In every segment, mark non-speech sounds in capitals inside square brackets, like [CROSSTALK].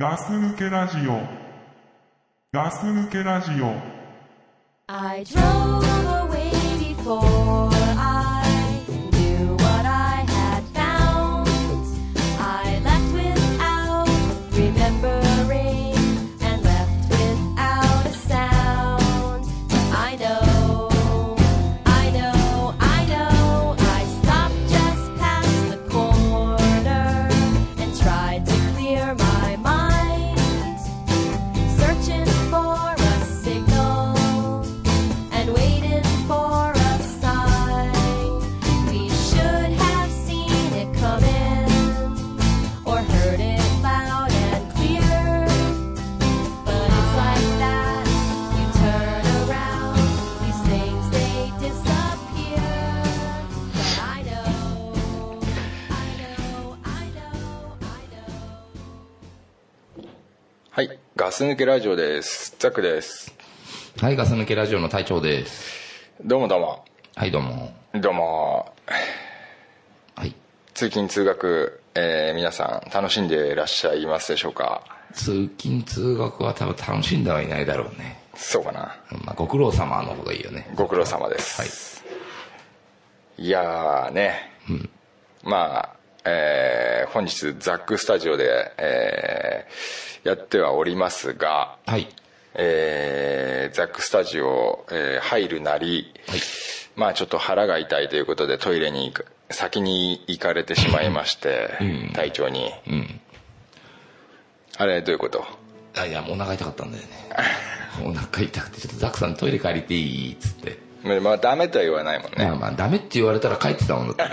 ガス抜けラジオ。ガス抜けラジオ。 I drove away before I knew what I had found. I left without remembering and left without a sound. I know, I know, I know. I stopped just past the corner and tried to clear my mind, searching for a signal and waited for a sign. We should have seen it coming or heard it loud and clear. But it's like that. You turn around, these things they disappear. But I know, I know, I know, I know. はい、ガス抜けラジオです。ザックです。はい、ガス抜けラジオの隊長です。どうもどうも。はい、どうも。どうも。はい。通勤通学、えー皆さん楽しんでいらっしゃいますでしょうか通勤通学は多分楽しんではいないだろうね。そうかな。まあ、ご苦労様の方がいいよね。ご苦労様です。い、やーね。まあ、えー本日ザックスタジオで、えーやってはおりますが、はい。えーザックスタジオ、えー入るなり、まあちょっと腹が痛いということでトイレに行く先に行かれてしまいまして、隊長に、あれどういうことあ、いや、お腹痛かったんだよね。お腹痛くて、ちょっとザクさんトイレ借りていいっつって。まあまあダメとは言わないもんねまあまあ、ダメって言われたら帰ってたもんだった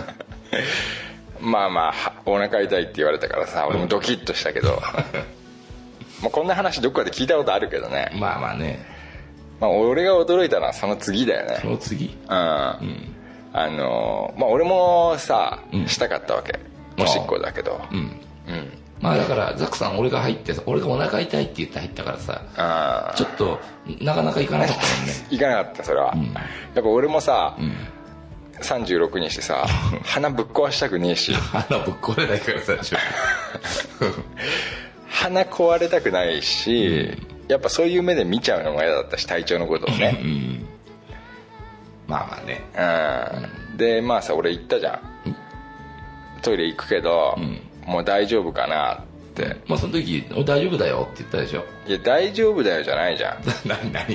ね。まあまあはお腹痛いって言われたからさ俺もドキッとしたけ [LAUGHS] どまあこんな話どっかで聞いたことあるけどね、まあまあね。まあ、俺が驚いたのはその次だよねその次うん、あのまあ俺もさ、したかったわけおしっこだけどうん。うんまあだから、ザクさん俺が入ってさ、俺がお腹痛いって言って入ったからさ、あちょっと、なかなか行かなかったもんね。ーいかなかったそれは、やっぱ俺もさ、36にして [LAUGHS] さ鼻ぶっ壊したくねえし [LAUGHS] 鼻ぶっ壊れないから最初。鼻壊れたくないし、やっぱそういう目で見ちゃうのも嫌だったし体調のことをね、うん。まあまあね。うんでまあさ俺行ったじゃんトイレ行くけど、もう大丈夫かなってまあその時「お大丈夫だよ」って言ったでしょいや大丈夫だよじゃないじゃん [LAUGHS] 何何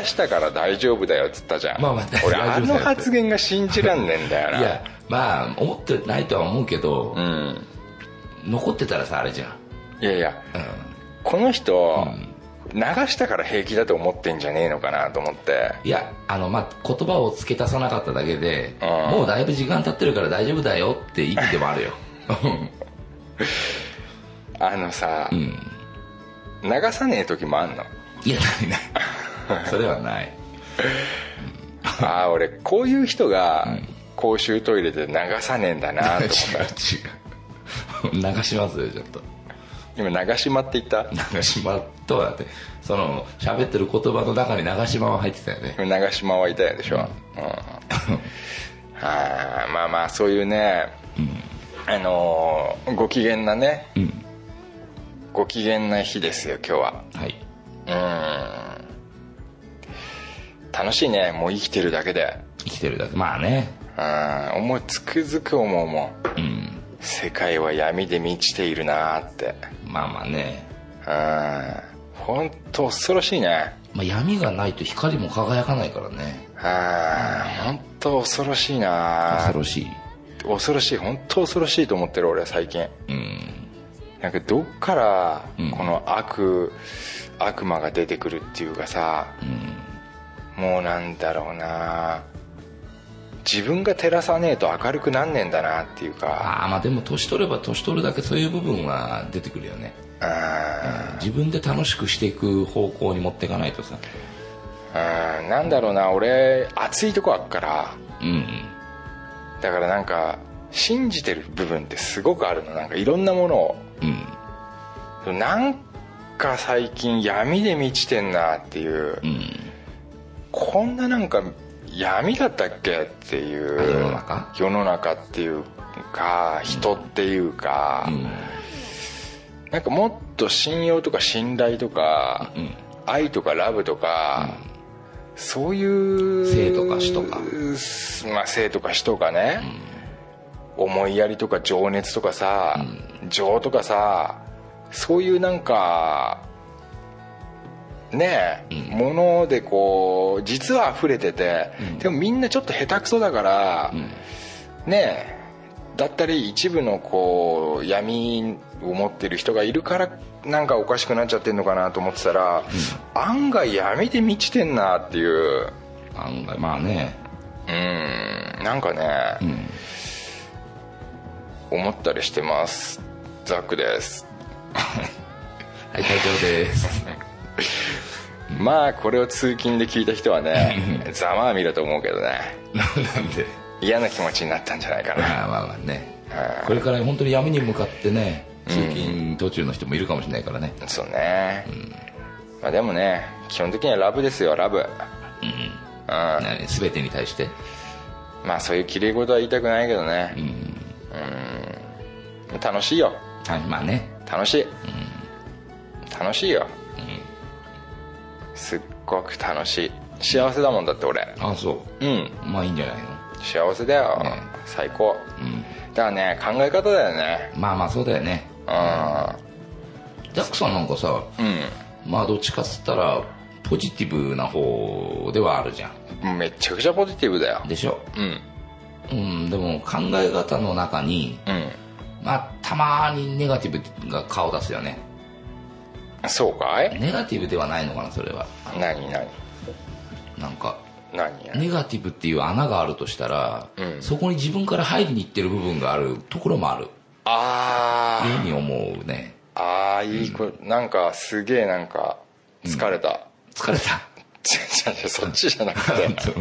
流したから大丈夫だよっつったじゃん、まあまあ俺あ大丈夫だよの発言が信じらんねえんだよないやまあ思ってないとは思うけどう、ん残ってたらさあれじゃん、いやいやうん、この人、流したから平気だと思ってんじゃねえのかなと思っていやあのまあ言葉を付け足さなかっただけで、うんもうだいぶ時間経ってるから大丈夫だよって意味でもあるよあのさ、うん流さねえ時もあんの [LAUGHS] いやないない [LAUGHS] それはないああ俺こういう人が公衆トイレで流さねえんだなと思 [LAUGHS] 違っう [LAUGHS] 違う流しますよちょっとた今長島って言った長島とはだってその喋ってる言葉の中に長島は入ってたよね今長島はいたいでしょ、うんあーまあまあそういうね、あのーご機嫌なね、んご機嫌な日ですよ今日ははいうん楽しいねもう生きてるだけで生きてるだけまあねうん思いつくづく思うもんうん世界は闇で満ちているなーってまあまあね、うん本当恐ろしいねまあ、闇がないと光も輝かないからねうん本当恐ろしいな恐ーろしい恐ろしい本当恐ろしいと思ってる俺は最近うんなんかどっからうんこの悪、悪魔が出てくるっていうかさうんもうなんだろうな自分が照らさねえと明るくなんねえんだなっていうかああまあでも年取れば年取るだけそういう部分は出てくるよねうん自分で楽しくしていく方向に持っていかないとさうんなんだろうな俺熱いとこあっからうんうんだからなんか信じてる部分ってすごくあるのなんかいろんなものをうんでもなんか最近闇で満ちてんなっていう、うんこんななんか闇だったっけっていう世の中世の中っていうか人っていうか、なんかもっと信用とか信頼とか、うん愛とかラブとか、そういう生とか死とかまあ、生とか死とかね、思いやりとか情熱とかさ、情とかさそういうなんかねえ、ものでこう実は溢れてて、でもみんなちょっと下手くそだから、ねえだったり一部のこう闇を持ってる人がいるからなんかおかしくなっちゃってんのかなと思ってたら、案外闇で満ちてんなっていう案外まあねうんなんかね、思ったりしてますザックですはい会長 [LAUGHS] ですまあこれを通勤で聞いた人はねざまあみだと思うけどねなんで嫌な気持ちになったんじゃないかなまあまあまあねはこれから本当に闇に向かってね通勤途中の人もいるかもしれないからねそうね、まあ、でもね基本的にはラブですよラブうんね全てに対してまあそういう綺麗事は言いたくないけどねうん楽しいよはいまあね楽しい、楽しいよ、すっごく楽しい幸せだもんだって俺あそううんまあいいんじゃない幸せだよ、ね最高のうんだからね考え方だよねまあまあそうだよねザックさんなんかさうまあどっちかっつったらポジティブな方ではあるじゃんうんめちゃくちゃポジティブだよんでしょうんうんでも考え方の中にうんまあたまにネガティブが顔出すよねそうかいネガティブではないのかなそれは何何なんか何ネガティブっていう穴があるとしたら、うんそこに自分から入りに行ってる部分があるところもあるあいうーふうに思うねあーいい子なんかすげえなんか疲れた、 [LAUGHS] 疲れた違う違う違うそっちじゃなくて [LAUGHS]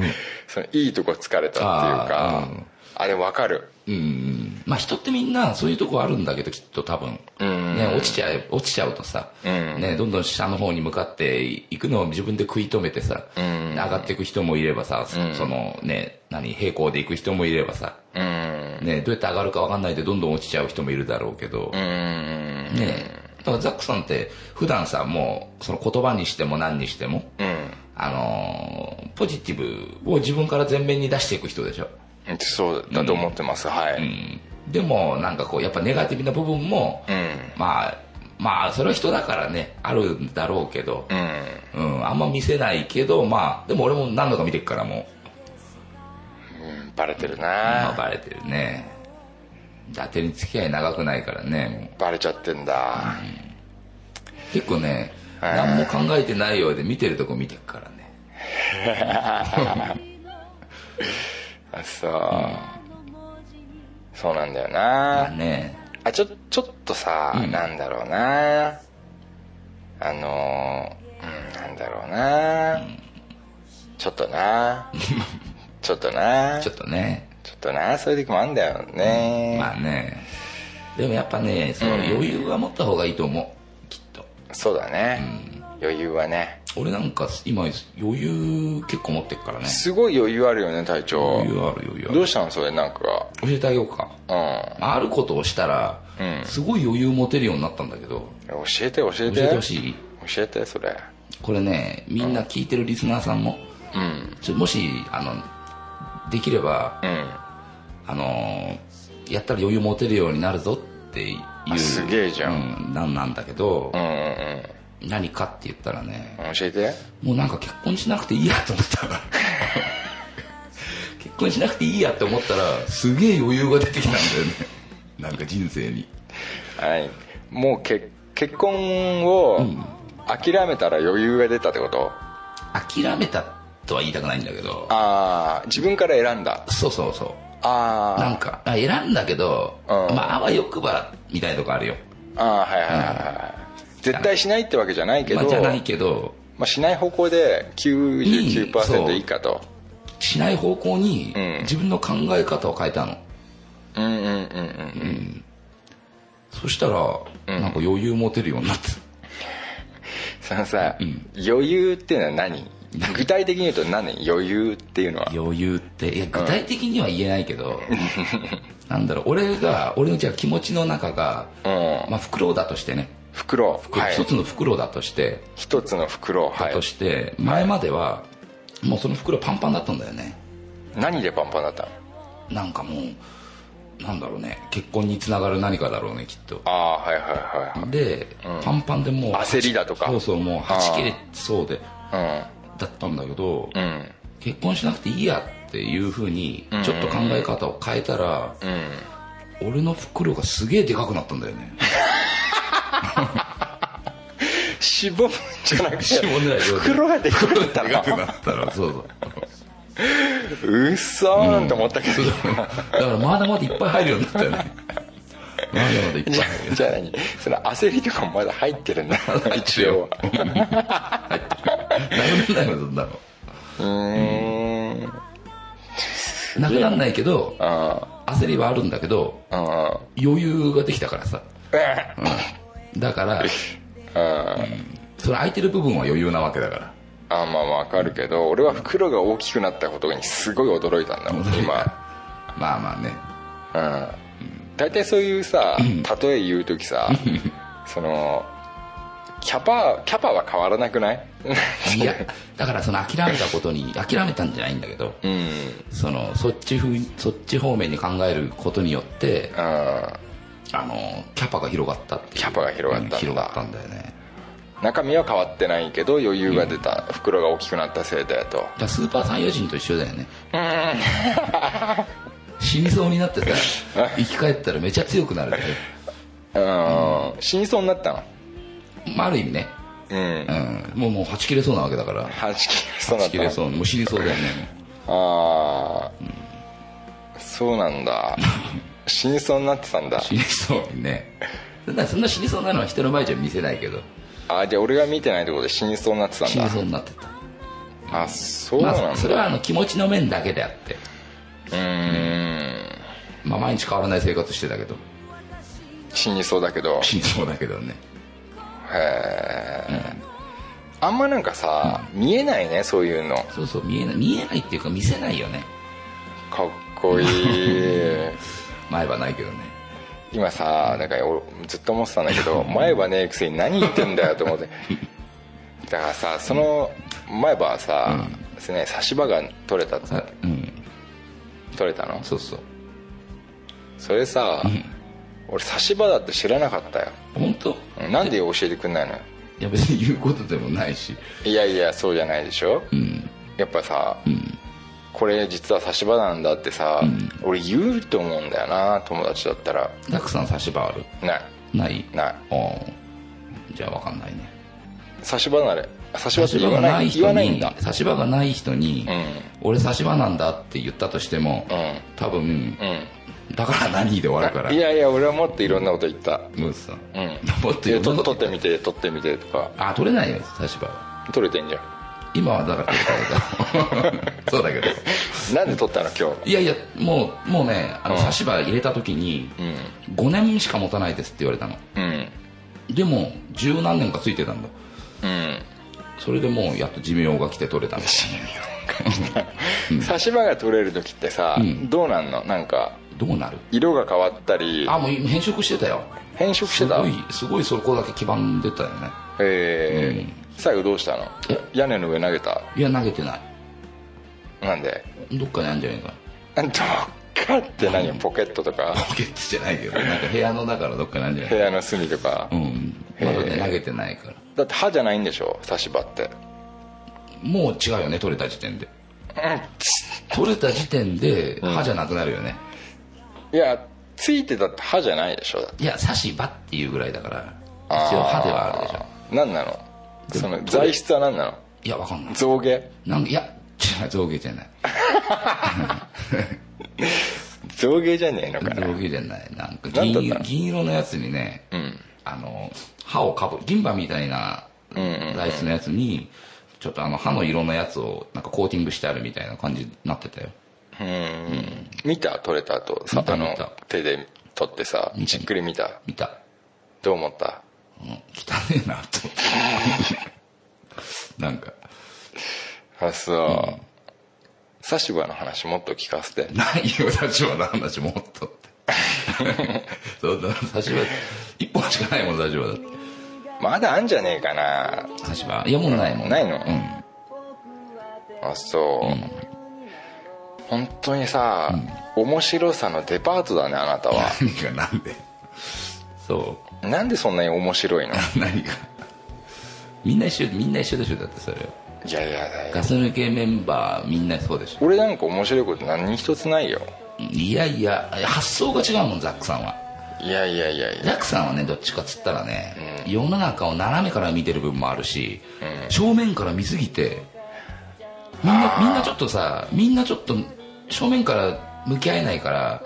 そのいいとこ疲れたっていうかああ,、ーうんれわかるうんまあ人ってみんなそういうとこあるんだけどきっと多分、んね、落ちちゃう落ちちゃうとさ、んね、どんどん下の方に向かっていくのを自分で食い止めてさ、ん上がっていく人もいればさ、そそのね何平行でいく人もいればさ、うんね、どうやって上がるか分かんないでどんどん落ちちゃう人もいるだろうけど、うんねだからザックさんって普段さもうその言葉にしても何にしても、うんあのーポジティブを自分から前面に出していく人でしょ、そうだと思ってます、はい、うん、でもなんかこうやっぱネガティブな部分も、うんまあまあそれは人だからねあるんだろうけどう、んうんあんま見せないけどまあでも俺も何度か見てるからもう、うんバレてるまなあ、バレてるね伊達に付き合い長くないからねもうバレちゃってんだ結構ねはい何も考えてないようで見てるとこ見てるからねあそう、そうなんだよな、ねあちょちょっとさ、なんだろうなあのーうんなんだろうな、ちょっと [LAUGHS] なちょっとなちょっとねちょっとなそういう時もあんだよね、まあねでもやっぱねその余裕は持った方がいいと思うきっとそうだね、余裕はね俺なんか今余裕結構持ってるからねすごい余裕あるよね隊長余裕ある余裕あどるうしたのそれなんか教えてあげようかうんあることをしたら、うんすごい余裕持てるようになったんだけど教えて教え教えててほしい教えてそれこれねみんな聞いてるリスナーさんも、うんちょもしあのできればうんあのやったら余裕持てるようになるぞっていあうすげえじゃうん、なんなんだけどう、んうん何かって言ったらねうん教えてもうなんか結婚しなくていいやと思った [LAUGHS] 結婚しなくていいやって思ったらすげえ余裕が出てきたんだよねなんか人生にはいもうけ結婚を諦めたら余裕が出たってこと、諦めたとは言いたくないんだけどああ自分から選んだそうそうそうなあんかあ選んだけど、うんまああわよくばみたいなとこあるよ、あああはいはいはいはい絶対しないってわけじゃないけど、まあ、まじゃあないけどしない方向でうんそう99%以下としない方向にうん自分の考え方を変えたの、うんうんうんうんそしたら、なんか余裕持てるようになってそのさ、余裕っていうのは何具体的に言うと何余裕っていうのは余裕っていや具体的には言えない [LAUGHS] けど、なんだろう俺が俺のじゃあ気持ちの中が、うんまあ、フクロウだとしてね袋これはい一つの袋だとして、一つの袋はだといして、前まではもうその袋パンパンだったんだよね何でパンパンだったのなんかもうなんだろうね結婚につながる何かだろうねきっとああはいはいはいで、パンパンでもう焦りだとかそうそうもうはち切れそうではだったんだけど、いうん結婚しなくていいやっていうふうにちょっと考え方を変えたら、うんうん俺の袋がすげえでかくなったんだよ [LAUGHS] ねしぼむんじゃなくてしぼんでないよ袋がでかくなったでかくのなったらそうそううっそーんと思ったけど、だからまだまだいっぱい入るようになったよね [LAUGHS] まだまだいっぱいじゃ入るじゃあ何その焦りとかもまだ入ってるん [LAUGHS] だ一応なくならないよそんなのうーんなくならないけどあ焦りはあるんだけどああ余裕ができたからさ、うんだから、それ空いてる部分は余裕なわけだからあまあわかるけど俺は袋が大きくなったことにすごい驚いたんだもん今 [LAUGHS] まあまあね大体そういうさ例え言う時さそのキャパキャパは変わらなくない [LAUGHS] いやだからその諦めたことに諦めたんじゃないんだけど、うんそのそっちふうそっち方面に考えることによってうんあのキャパが広がったっていうキャパが広がったんだうん広がったんだよね中身は変わってないけど余裕が出た袋が大きくなったせいだよとだからスーパーサイヤ人と一緒だよね死にそうになって [LAUGHS] さ生き返ったらめちゃ強くなるでうん死にそうになったのまあ、ある意味ね、うんうん、もうもうはち切れそうなわけだからはじきそうにはち切なれったそうもう死にそ [LAUGHS] うだよねああそうなん [LAUGHS] だ死にそうになってたんだ死にそうにねそんなそんな死にそうなのは人の前じゃ見せないけどあじゃあ俺が見てないところで死にそうになってたん死にそだうになってたあそうなんだ、まあ、それはあの気持ちの面だけであってうーんまあ、毎日変わらない生活してたけど死にそうだけど死にそうだけどねへえ、あんまなんかさ、見えないねそういうのそうそう見えない見えないっていうか見せないよねかっこい [LAUGHS] い前はないけどね今さなんか俺ずっと思ってたんだけ [LAUGHS] ど前歯ねえくせに何言ってんだよと思ってだからさその前歯はさ、ですね差し歯が取れたあうん取れたのそうそうそれさ、俺差し歯だって知らなかったよ本当うんなんで教えてくんないのよいや別に言うことでもないしいやいやそうじゃないでしょ、やっぱさ、これ実は差し歯なんだってさ、俺言うと思うんだよな友達だったらたくさん差し歯あるないないないああじゃあ分かんないね差し歯なれ差し歯差っして歯言がわなないい言わ人ないんにだ差し歯がない人に、俺差し歯なんだって言ったとしても、ん多分、うだから何で終わるからんいやいや俺はもっといろんなこと言ったムースさん、うんもっといいやろんなとこと取ってみて取ってみてとかあ取れないよ差し歯は取れてんじゃ今はだから取れたけど [LAUGHS] そうだけどんなんで取ったの今日いやいやもうもうねあのうん差し歯入れた時に、5年しか持たないですって言われたのうんでも十何年かついてたんだうんそれでもうやっと寿命が来て取れたみたい差し歯が取れる時ってさ、どうなんのなんかなどうなる色が変わったりあもう変色してたよ変色してたすごいすごいそこだけ黄ばんでたよねえー最後どうしたのえ屋根の上投げたいや投げてななんでいどっかにあるんじゃないかどっかって何ポケットとかポケットじゃないけどなんか部屋の中のどっかにあるんじゃない部屋の隅とか、うんまだへねえ投げてないからだって歯じゃないんでしょ差し歯ってもう違うよね取れた時点で [LAUGHS] 取れた時点で歯じゃなくなるよね、いやついてたって歯じゃないでしょだっていや刺し歯っていうぐらいだから一応歯ではあるでしょ何なのその材質は何なのいやわかんない象牙なんかいや [LAUGHS] 違う造形じゃない象牙じゃねえのかな造形じゃないなんかなんだ銀った色の銀色のやつにね、んあの歯をかぶ銀歯みたいな材質のやつにちょっとあの歯の色のやつをなんかコーティングしてあるみたいな感じになってたようん見た取れた後さ見たあの見た手で取ってさ見じたっくり見た見た、どう思ったうん、汚ねえな [LAUGHS] と思ってなんかあそう差し歯の話もっと聞かせてないよ立場の話もっ [LAUGHS] とってそんな立場一本しかないもん立場だってまだあんじゃねえかな橋場いやもうないもんないのうんあそう、うん本当にさ、面白さのデパートだねあなた [LAUGHS] は何がなんでそなんでそんなに面白いのう何がみんな一緒みんな一緒でしょだってそれいやいやだよガス抜けメンバーみんなそうでしょ俺なんか面白いこと何一つないよいやいや発想が違うもんザックさんはいやいやいやいザやックさんはねどっちかっつったらね、世の中を斜めから見てる部分もあるし、正面から見すぎてみんなみんなちょっとさみんなちょっと正面から向き合えないから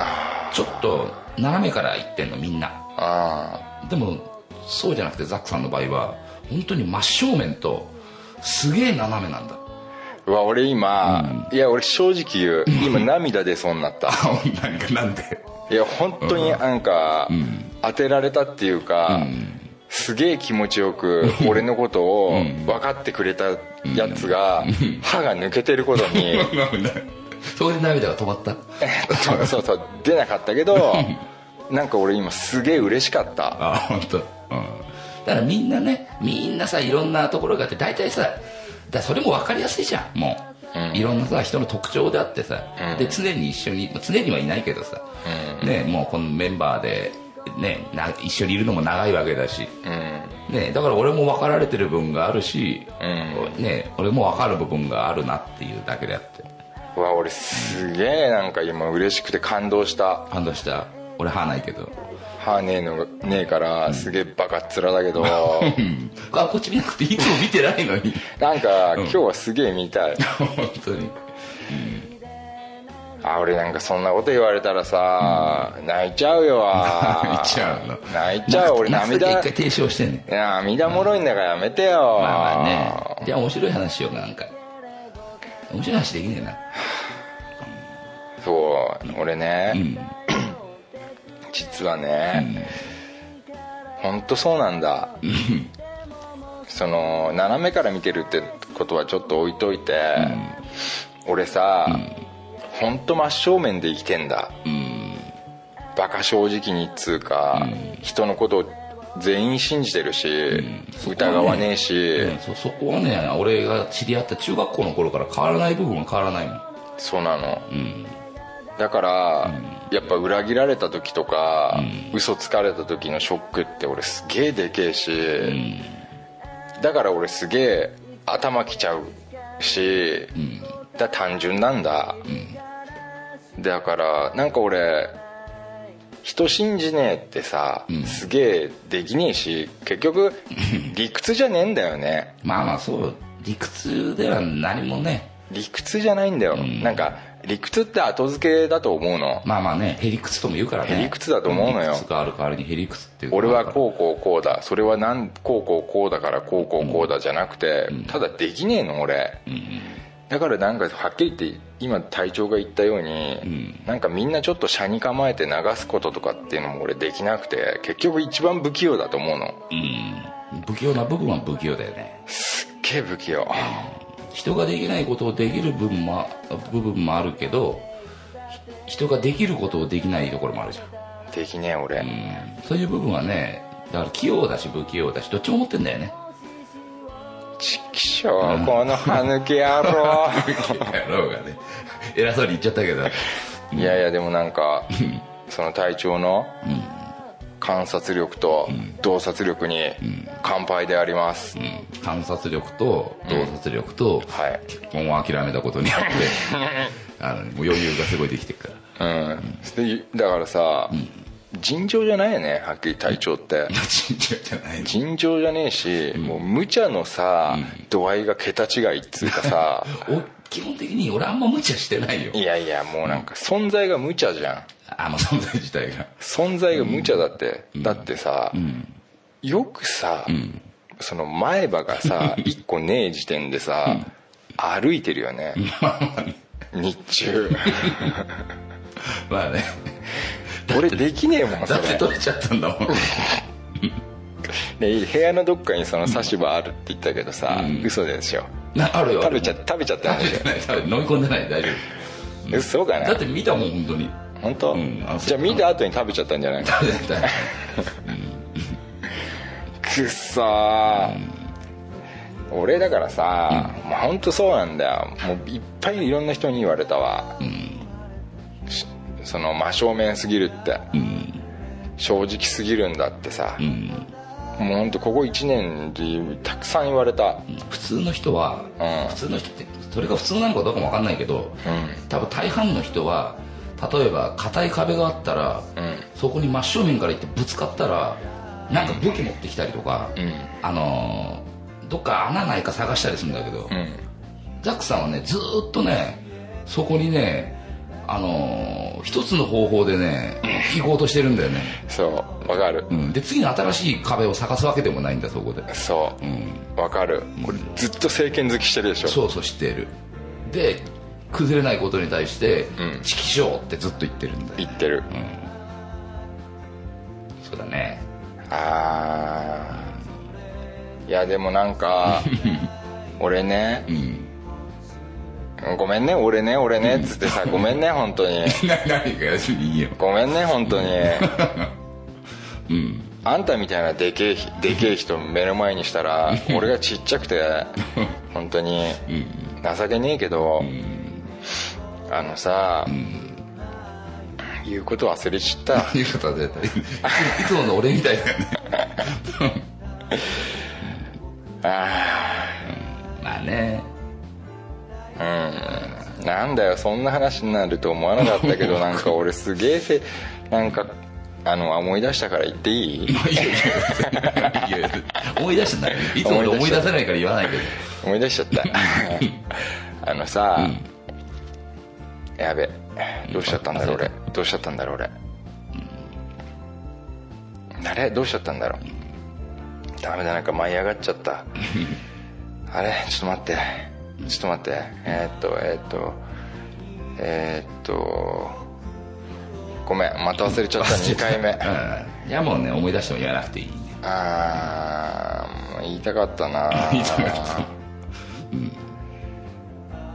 ちょっと斜めから言ってんのみんなあでもそうじゃなくてザックさんの場合は本当に真正面とすげえ斜めなんだあうわ俺今、いや俺正直言う今涙出そうになった [LAUGHS] なんかなんで [LAUGHS] いや本当になんか、当てられたっていうか、すげえ気持ちよく俺のこと [LAUGHS] を分かってくれたやつが歯が抜けてることにそこで涙が止まったそうそうそう出なかったけどなんか俺今すげえ嬉しかったあ本当。うんだからみんなねみんなさいろんなところがあって大体さだからそれも分かりやすいじゃんもう、いろんなさ人の特徴であってさ、で常に一緒に常にはいないけどさ、ねもうこのメンバーでねな一緒にいるのも長いわけだし、ねだから俺も分かられてる部分があるし、ね俺も分かる部分があるなっていうだけであってうわ俺すげえなんか今嬉しくて感動した感動した俺歯ないけど歯ねえのねえからすげえバカっ面だけ [LAUGHS] どあこっち見なくていつも見てないのに [LAUGHS] なんか今日はすげえ見たい本当にあ俺なんかそんなこと言われたらさ泣いちゃうよわ [LAUGHS] 泣いちゃうの泣いちゃう俺泣く時は涙一回提唱してんねいや涙もろいんだからやめてよ、まあまあねじゃあ面白い話しようかなんか面白い話できねえなそう俺ね、ん [COUGHS] 実はね、ほん、本当そうなんだその斜めから見てるってことはちょっと置いといて、俺さ、ほん、本当真正面で生きてんだ、バカ正直にっつうか、人のことを全員信じてるし、疑わねえし、うんそそこはね俺が知り合った中学校の頃から変わらない部分は変わらないもんそうなの、だから、やっぱ裏切られた時とか、嘘つかれた時のショックって俺すげえでけえし、だから俺すげえ頭きちゃうし、だ単純なんだ、だからなんか俺人信じねえってさ、すげえできねえし結局理屈じゃねえんだよねまあまあそう理屈では何もね理屈じゃないんだよ、なんか理屈って後付けだと思うのまあまあねへりくつとも言うからねへりくつだと思うのよへりくつがある代わりにへりくつっていう俺はうこうこうこうだそれはなんこうこうこうだからこうこうこうだじゃなくて、ただできねえの俺、だからなんかはっきり言って今隊長が言ったように、なんかみんなちょっと車に構えて流すこととかっていうのも俺できなくて結局一番不器用だと思うのうん不器用な部分は不器用だよねすっげえ不器用人ができないことをできる部分も部分もあるけどひ人ができることをできないところもあるじゃんできねえ俺、うんそういう部分はねだから器用だし不器用だしどっちも持ってんだよねちっきしょうこの歯抜け野郎 [LAUGHS] [LAUGHS] 野郎がね [LAUGHS] 偉そうに言っちゃったけどいやいやでもなんかその隊長の観察力と洞察力に乾杯であります、うん観察力と洞察力とはい結婚を諦めたことに [LAUGHS] よってあのもう余裕がすごいできてる [LAUGHS] からうん、でだからさ、尋常じゃないよねはっきり隊長ってちんちゃじゃないの尋常じゃねえし、もう無茶のさ、度合いが桁違いっつうか [LAUGHS] さお基本的に俺あんま無茶してないよいやいやもうなんか存在が無茶じゃんあの存在自体が存在が無茶だって、だってさ、よくさ、その前歯がさ一個ねえ時点でさ、歩いてるよね日中まあね俺できねえもんそだってれ取れちゃったんだもんで部屋のどっかにその差し歯あるって言ったけどさ、嘘でしょなあるよ食べちゃ食べちゃったんでし食べてない食べ飲み込んでない大丈ょ嘘か夫だなって見たもん本当に本当、んあそうじゃあ見た後に食べちゃったんじゃない食べてないくくっそー、俺だからさ、もう本当そうなんだよもういっぱいいろんな人に言われたわ、しその真正面すぎるって、正直すぎるんだってさ、もう本当ここ1年でたくさん言われた普通の人は、うん普通の人ってそれが普通なのかどうかも分かんないけど、う多分大半の人は例えば硬い壁があったら、んそこに真正面から行ってぶつかったらなんか武器持ってきたりとか、んあのーどっか穴ないか探したりするんだけど、うんザックさんはねずーっとねそこにねあのー一つの方法でね行こうとしてるんだよね、そうわかる、うん、で次の新しい壁を探すわけでもないんだそこでそうんうわかるこれずっと政権好きしてるでしょそうそう知っているで崩れないことに対してん「チキショー」ってずっと言ってるんだよ言ってる、そうだねあーいやでもなん [LAUGHS] か俺ねう、んごめんね俺ね俺ねっつってさごめんね本当に [LAUGHS] な何が別にいいよごめんね本当に [LAUGHS] うんあんたみたいなでけえひでけえ人目の前にしたら俺がちっちゃくて本当にうん情けねえけどあのさ言うこと忘れちった言い方は [LAUGHS] 絶対いついつもの俺みたいだよねあまあねーなんだよそんな話になると思わなかったけどなんか俺すげえせなんかあの思い出したから言っていいまあいいよいいよいいよ思い出してないいつも俺思い出せないから言わないけど思い出しちゃったあのさ、やべどうしちゃったんだろう俺どうしちゃったんだろう俺あれどうしちゃったんだろうダメだなんか舞い上がっちゃった [LAUGHS] あれちょっと待ってちょっと待ってえーっとえーっとえーっとごめんまた忘れちゃった2回目うんいやもうね思い出しても言わなくていいねあーもう言いたかったな [LAUGHS] 言いたかった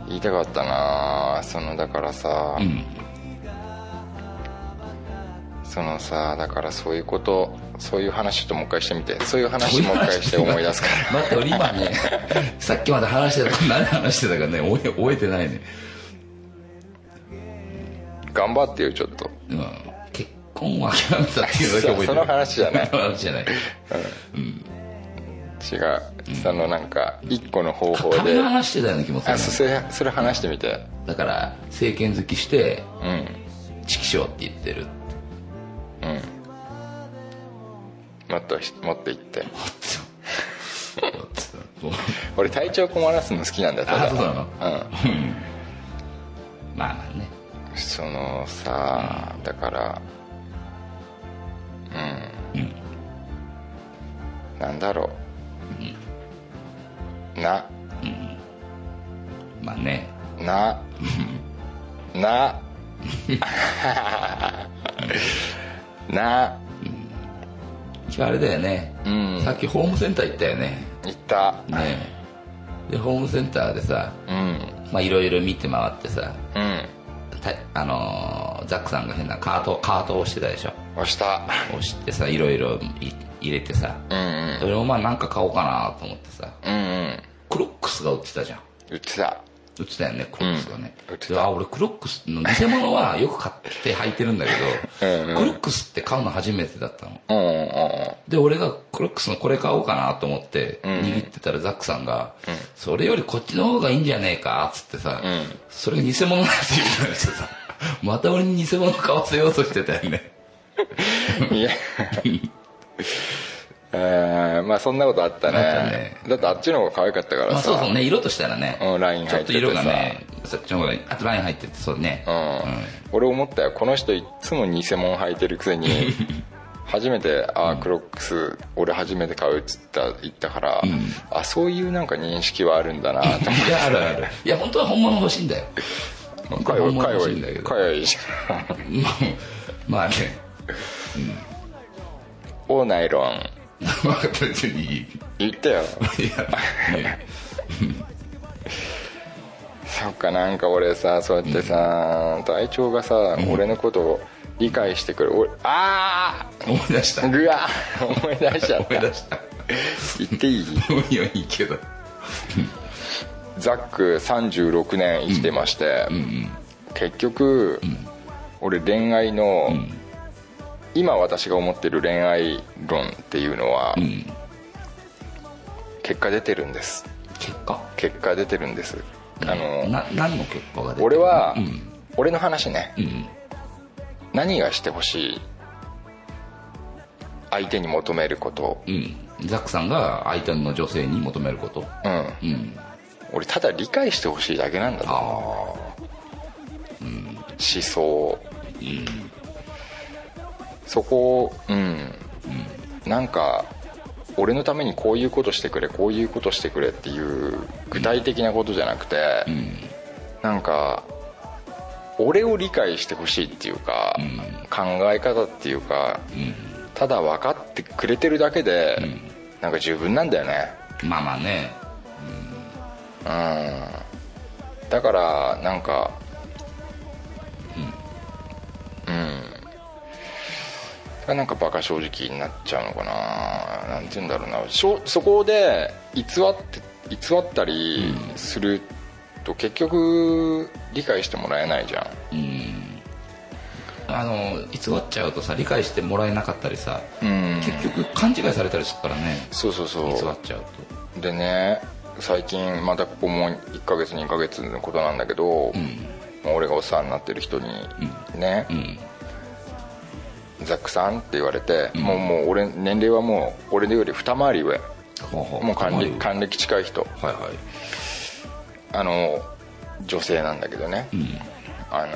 言いたかったなそのだからさ、うんそのさだからそういうことそういう話ちょっともう一回してみてそういう話そういうもう一話回して思い出すか [LAUGHS] ら待って俺今 [LAUGHS] ねさっきまで話してた何話してたかね覚え覚えてないね頑張ってよちょっとうん結婚を諦めたっていうだけ覚えてるそその話じゃないその話じゃない違う、そのなんか一個の方法壁での話してたような気もすあるそそれそれ話してみてだから政権好きしてうん「チキショー」って言ってるもっとひもっと言ってそう俺体調困らすの好きなんだよたあだそうなのうん [LAUGHS] まあまあねそのさだからうん、なんだろう、なまあねななな今日あれだよね、んさっきホームセンター行ったよね言ったねでホームセンターでさうんまあいろいろ見て回ってさうんたあのーザックさんが変なカートカートを押してたでしょ押した押してさいろいろい入れてさうんうんそれをまあなんか買おうかなと思ってさうんうんクロックスが売ってたじゃん言ってた売ってたよねクロックスがね、うん売ってたであ俺クロックスの偽物はよく買って履いてるんだけどうんうんクロックスって買うの初めてだったのうんうんうんで俺がクロックスのこれ買おうかなと思って握ってたらザックさんが、それよりこっちの方がいいんじゃねえかっつってさ、んそれ偽物だって言うからしてさまた俺に偽物買わせようとしてたよねい [LAUGHS] やえーまあそんなことあったねあったねだってあっちの方が可愛かったからまあさ、そうそうね色としたらね、うんライン入っててさちょっと色がねそっちの方がいいあとライン入っててそうね、うん俺思ったよこの人いっつも偽物履いてるく [LAUGHS] せに初めて「あークロックス俺初めて買う」っつった言ったから、あそういうなんか認識はあるんだなと思っいやあるあるいや本当は本物欲しいんだよてかよいかよいんだけいどかよいじゃんまあねオーナイロンまあ別にいいい言ったよやね [LAUGHS] そっかなんか俺さそうやってさ、隊長がさ、俺のことを理解してくる俺ああ思い出した思ぐわ思い出しちゃっいた出した言っていいいやいいけどザック36年生きてまして、結局、俺恋愛の、今私が思ってる恋愛論っていうのは、ん結果出てるんです結果結果出てるんですあのな何の結果が出てる俺は、うん俺の話ね、うん何がしてほしい相手に求めることうんザックさんが相手の女性に求めることうん、うん俺ただ理解してほしいだけなんだとあ思うあ思想、そこをうん、なんか俺のためにこういうことしてくれこういうことしてくれっていう具体的なことじゃなくて、なんか俺を理解してほしいっていうか、考え方っていうか、ただ分かってくれてるだけで、なんか十分なんだよねまあまあねだからなんかうん、うん、なんかバカ正直になっちゃうのかななんて言うんだろうなしょそこで偽って偽ったりすると結局理解してもらえないじゃんあの偽っちゃうとさ理解してもらえなかったりさ、ん結局勘違いされたりするからねそうそうそ偽っうちゃうとでね最近またここも1ヶ月2ヶ月のことなんだけど、もう俺がお世話になってる人にね、んザックさんって言われて、もうもう俺年齢はもう俺より二回り上ほうほもう還はい暦還暦近い人はあの女性なんだけどね、あの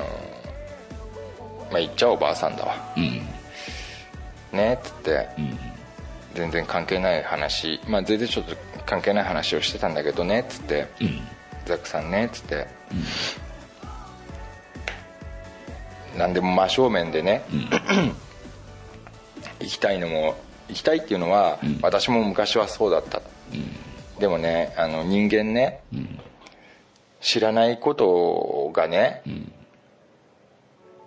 まあ言っちゃおばあさんだわいうんねっつって、全然関係ない話、まあ、全然ちょっと関係ない話をしてたんだけどねっつって、ザックさんねっつって、何でも真正面でね、行きたいのも行きたいっていうのは、私も昔はそうだった、でもねあの人間ね、知らないことがね、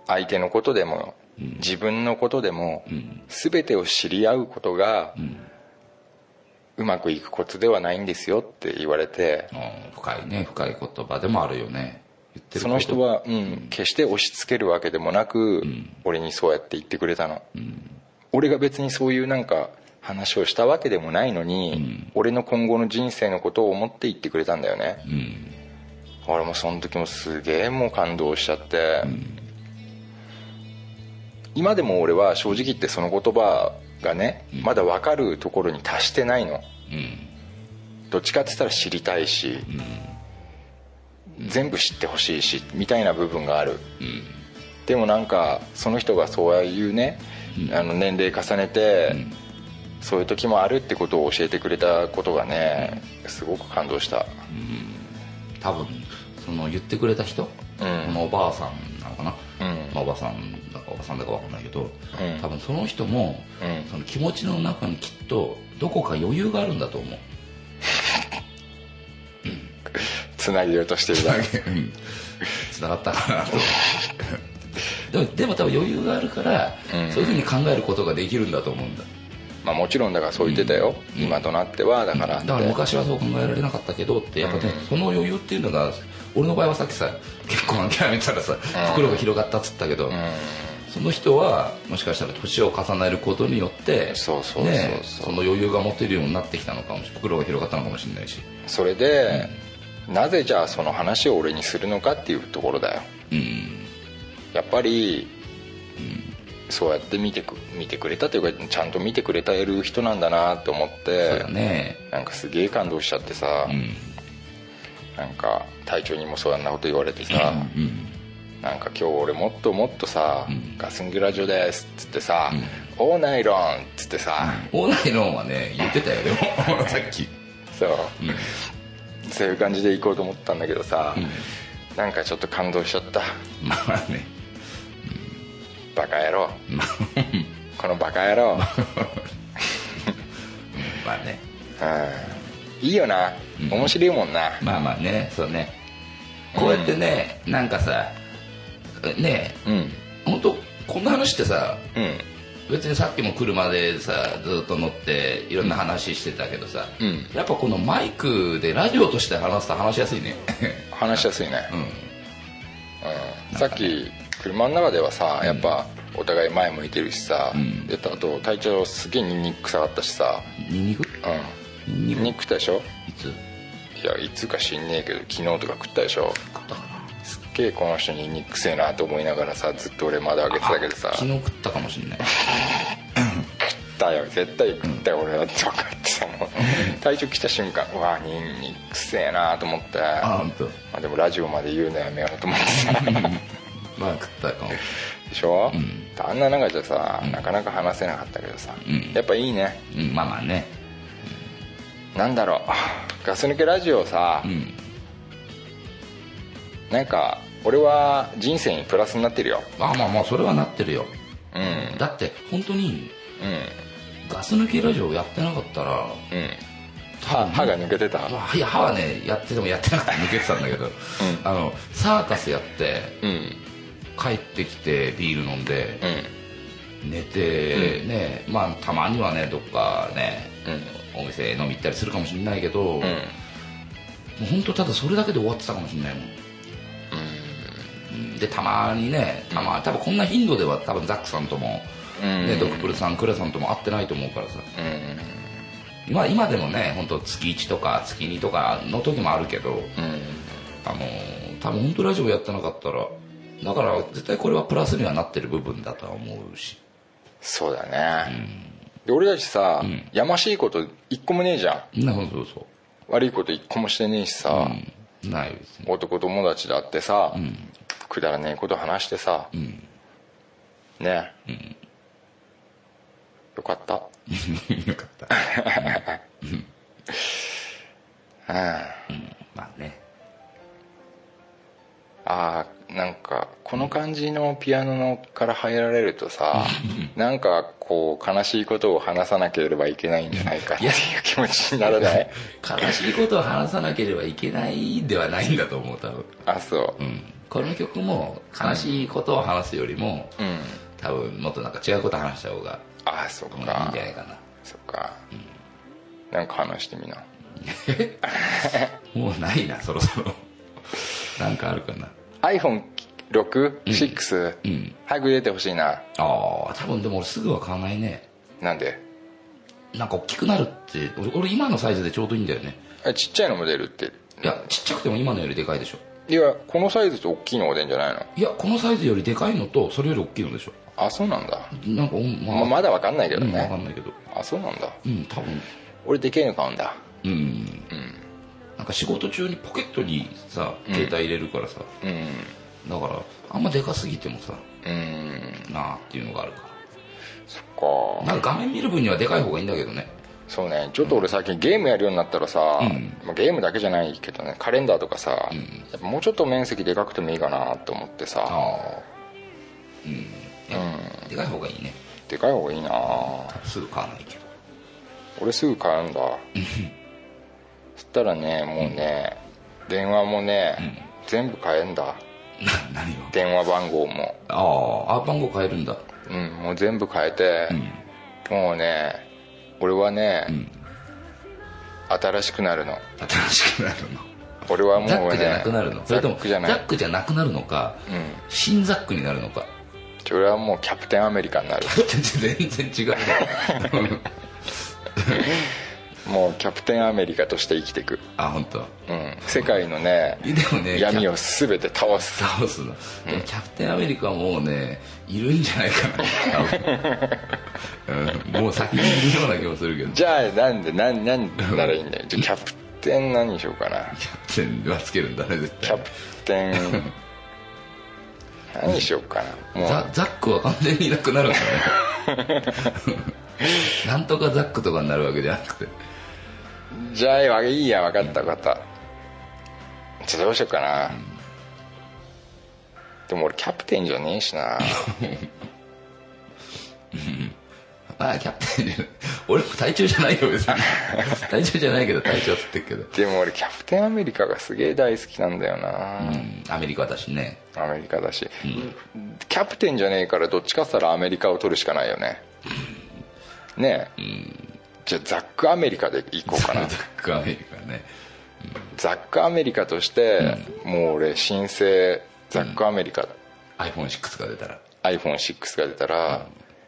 相手のことでも、自分のことでも、全てを知り合うことが、うまくいくコツではないんですよって言われて、うん深いね深い言葉でもあるよね言ってるその人は、うん決して押し付けるわけでもなく、俺にそうやって言ってくれたの、俺が別にそういうなんか話をしたわけでもないのに、俺の今後の人生のことを思って言ってくれたんだよね、俺もその時もすげえもう感動しちゃって、今でも俺は正直言ってその言葉がね、まだ分かるところに達してないの、どっちかって言ったら知りたいし、全部知ってほしいしみたいな部分がある、でもなんかその人がそういうね、あの年齢重ねて、そういう時もあるってことを教えてくれたことがねすごく感動した多分その言ってくれた人、んこのおばあさんなのかな、うんまあおばあさんだかおばさんだかわかんないけど、うん多分その人も、うんその気持ちの中にきっとどこか余裕があるんだと思うつなげようとしてるだけつながったかなとでもでも多分余裕があるから、そういうふうに考えることができるんだと思うんだ [LAUGHS] まあもちろんだからそう言ってたよ、今となってはだからってだから昔はそう考えられなかったけどってやっぱね、その余裕っていうのが俺の場合はさっきさ結婚諦めたらさ袋が広がったっつったけど、その人はもしかしたら年を重ねることによってそうそうそうそうねその余裕が持てるようになってきたのかもし袋が広がったのかもしれないしそれで、なぜじゃあその話を俺にするのかっていうところだようんやっぱり、そうやって見てく見てくれたというかちゃんと見てくれてる人なんだなと思っそうてだねなんかすげえ感動しちゃってさ、なんか隊長にもそんなこと言われてさ、なんか今日俺もっともっとさ「ガスンギラジオです」っつってさ「オーナイロン」っつってさ、オーナイロンはね言ってたよでも [LAUGHS] さっきそう、そういう感じで行こうと思ったんだけどさ、なんかちょっと感動しちゃったまあねバカ野郎このバカ野郎まあねいいよな面白いもんな、まあまあねそうねこうやってね、なんかさねうん本当こんな話ってさうん別にさっきも車でさずっと乗っていろんな話してたけどさ、うんやっぱこのマイクでラジオとして話すと話しやすい [LAUGHS] ね話しやすいね、ううんさっき車の中ではさやっぱお互い前向いてるしさ、うんであと体調すげえニンニク臭かったしさんニンニクうんニニンンニニクク食ったでしょいついやいつか知んねえけど昨日とか食ったでしょ食ったかなすっげえこの人ニンニク臭えなと思いながらさずっと俺窓開けてたけどさ昨日食ったかもしれないだよ絶対食ったよ俺はとか言ってさもう体調来た瞬間うわニンニク臭えなと思ってあ本 [LAUGHS] 当。まあ、でもラジオまで言うのやめようと思ってさまあ食ったかもでしょ、うんあんな中じゃさなかなか話せなかったけどさ、うんやっぱいいねうんまあまあねなんだろうガス抜けラジオさ、うんなんか俺は人生にプラスになってるよまあまあまあそれはなってるようんうんだって本当にガス抜きラジオやってなかったらうん歯歯が抜けてたいや歯はねやっててもやってなくて抜けてたんだけど、あのサーカスやってうんうん帰ってきてビール飲んで、寝て、ねまあたまにはねどっかね、お店飲み行ったりするかもしれないけど、もうんうんう本当ただそれだけで終わってたかもしれないもんうんでたまにねたま多分こんな頻度では多分ザックさんとも、うんね、ドクプルさんクラさんとも会ってないと思うからうさん今今でもね本当月1とか月2とかの時もあるけど、あのー多分本当ラジオやってなかったらだから絶対これはプラスにはなってる部分だとは思うしそうだね、で俺たちさ、やましいこと一個もねえじゃんなそうそうそ悪いこと一個もしてねえしう、さ、うん、ないですね男友達だってさ、んくだらねえこと話してさ、んね、よかったよかった [LAUGHS] まあねあーなんかこの感じのピアノのから入られると [LAUGHS] さなんかこう悲しいことを話さなければいけないんじゃないかっていう気持ちになら [LAUGHS] ない悲しいことを話さなければいけないではないんだと思う多分、あそううん、この曲も悲しいことを話すよりも、うん、多分もっとなんか違うこと話した方があそっうんいいんじかゃないかなそっか、なんか話してみなもうないなそろそろ [LAUGHS] なんかあるかな iPhone6?6、うん早く出てほしいなああ多分でも俺すぐは買わないねなんでなんか大きくなるって俺俺今のサイズでちょうどいいんだよねえちっちゃいのも出るっていやちっちゃくても今のよりでかいでしょいやこのサイズと大きいのが出るんじゃないのいやこのサイズよりでかいのとそれより大きいのでしょあそうなんだ、なんかおんままあ、まだわかんないけうどん、わねか、んないけどあそうなんだうん多分俺でけえの買うんだうん、なんか仕事中にポケットにさ携帯入れるからさ、うんだからあんまでかすぎてもさうんなあっていうのがあるかそっらかなんか画面見る分にはでかい方がいいんだけどねそうねちょっと俺最近ゲームやるようになったらさ、うんまあゲームだけじゃないけどねカレンダーとかさ、やっぱもうちょっと面積でかくてもいいかなと思ってあさあうん、でかい方がいいねでかい方がいいなすぐ買わないけど俺すぐ買うんだそしたらねもうね、電話もね、全部買えんだな何を電話番号もあああ番号変えるんだうんもう全部変えて、もうね俺はね、新しくなるの新しくなるの俺はもうザねックじゃなくなるのそれともザックじザゃないックじゃなくなるのか、うん新ザックになるのか俺はもうキャプテンアメリカになる全然違う [LAUGHS] ねもうキャプテンアメリカとして生きていく、あ本当。うん、世界のねでもね闇を全て倒す倒すの、でもキャプテンアメリカはもうねいるんじゃないか [LAUGHS] な、多分うん、もう先にいるような気もするけどじゃあなんで何何ならいいんだよじゃあキャプテン何にしようかなキャプテンはつけるんだね絶キャ対プテ [LAUGHS] ン何にしようかなもザうザックは完全にいなくなるんだね [LAUGHS] なんとかザックとかになるわけじゃなくてじゃあいいや分かった分かったじゃあどうしようかな、でも俺キャプテンじゃねえしなああキャプテ [LAUGHS] ンじゃない俺も隊長じゃないよ別に隊長じゃないけど隊長っつってるけどでも俺キャプテンアメリカがすげえ大好きなんだよな、うんアメリカだしねアメリカだし、キャプテンじゃねえからどっちかっつったらアメリカを取るしかないよねねえ、じゃあザックアメリカで行こうかな [LAUGHS] ザックアメリカねザックアメリカとして、もう俺新生ザックアメリカ、 iPhone6 が出たら iPhone6 が出たら、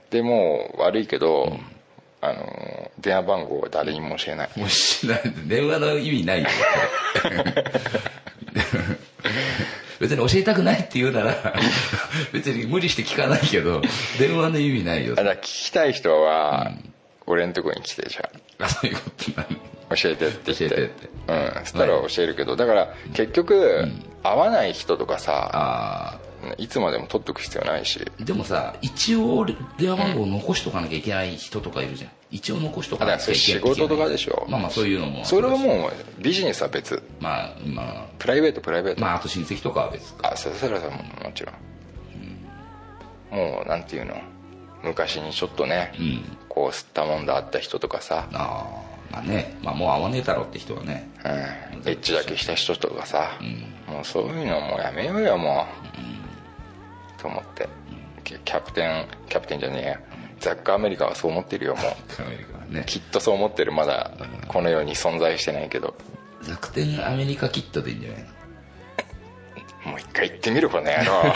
でもう悪いけど、あの電話番号は誰にも教えないもうしない電話の意味ないよ [LAUGHS] 別に教えたくないって言うなら別に無理して聞かないけど電話の意味ないよあだから聞きたい人は、俺のとこに来てじゃあそういうことなのあ教えてって言って教えてってうんそしたら教えるけど、だから結局、会わない人とかさあいつまでも取っとく必要ないしあでもさ一応電話番号を残しとかなきゃいけない人とかいるじゃん一応残しとかなきゃあだからいけないそれ仕事とかでしょまあまあそういうのもそれはうもうビジネスは別まあまあプライベートプライベート、まああと親戚とかは別あそそれはさももちろん、もうなんていうの昔にちょっとね、んこう吸ったもんだあった人とかさ、ああまあねまあもう会わねえだろうって人はねうん、エッチだけした人とかさ、もうそういうのもうやめようよもう、と思ってキャキャプテンキャプテンじゃねえやザックアメリカはそう思ってるよもうアメリカはねきっとそう思ってるまだこの世に存在してないけど楽天アメリカキットでいいんじゃないのもう一回行ってみるこの野郎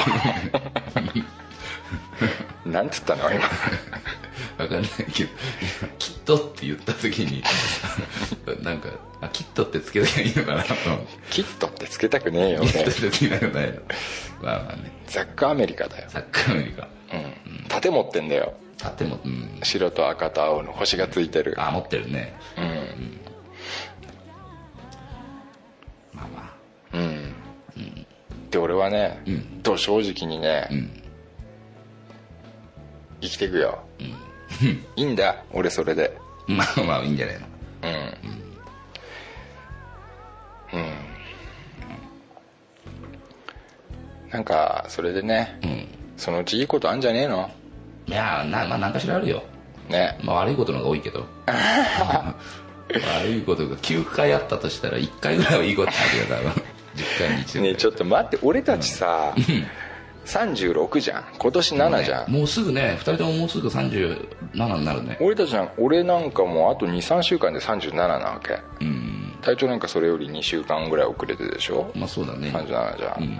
[LAUGHS] なんつったの今わかんないけど「キット」って言った時に [LAUGHS] なんかあ「キット」ってつけたらいいのかなと思ってキットってつけたくねえよ「キッねト」ってつけたくないのまあまあねザックアメリカだよ、サッカーアメリカうん、盾持ってんだよ縦もうん白と赤と青の星がついてるあ持ってるねうんまあまうん、で俺はね、んと正直にね、ん生きてくよ、 [LAUGHS] いいんだ俺それであ [LAUGHS] まあまあいいんじゃないのうんうん、なんかそれでね、うんそのうちいいことあんじゃねえのいやなまあ何かしらあるよねまあ悪いことの方が多いけど悪いことが9回あったとしたら1回ぐらいはいいことあるよ多分10回に1回ねえちょっと待って俺たちさ、36じゃん今年7じゃん、もうすぐね2人とももうすぐ37になるね俺たちなん俺なんかもうあと23週間で37なわけうん体調なんかそれより2週間ぐらい遅れてでしょまあそうだね37じゃん、うん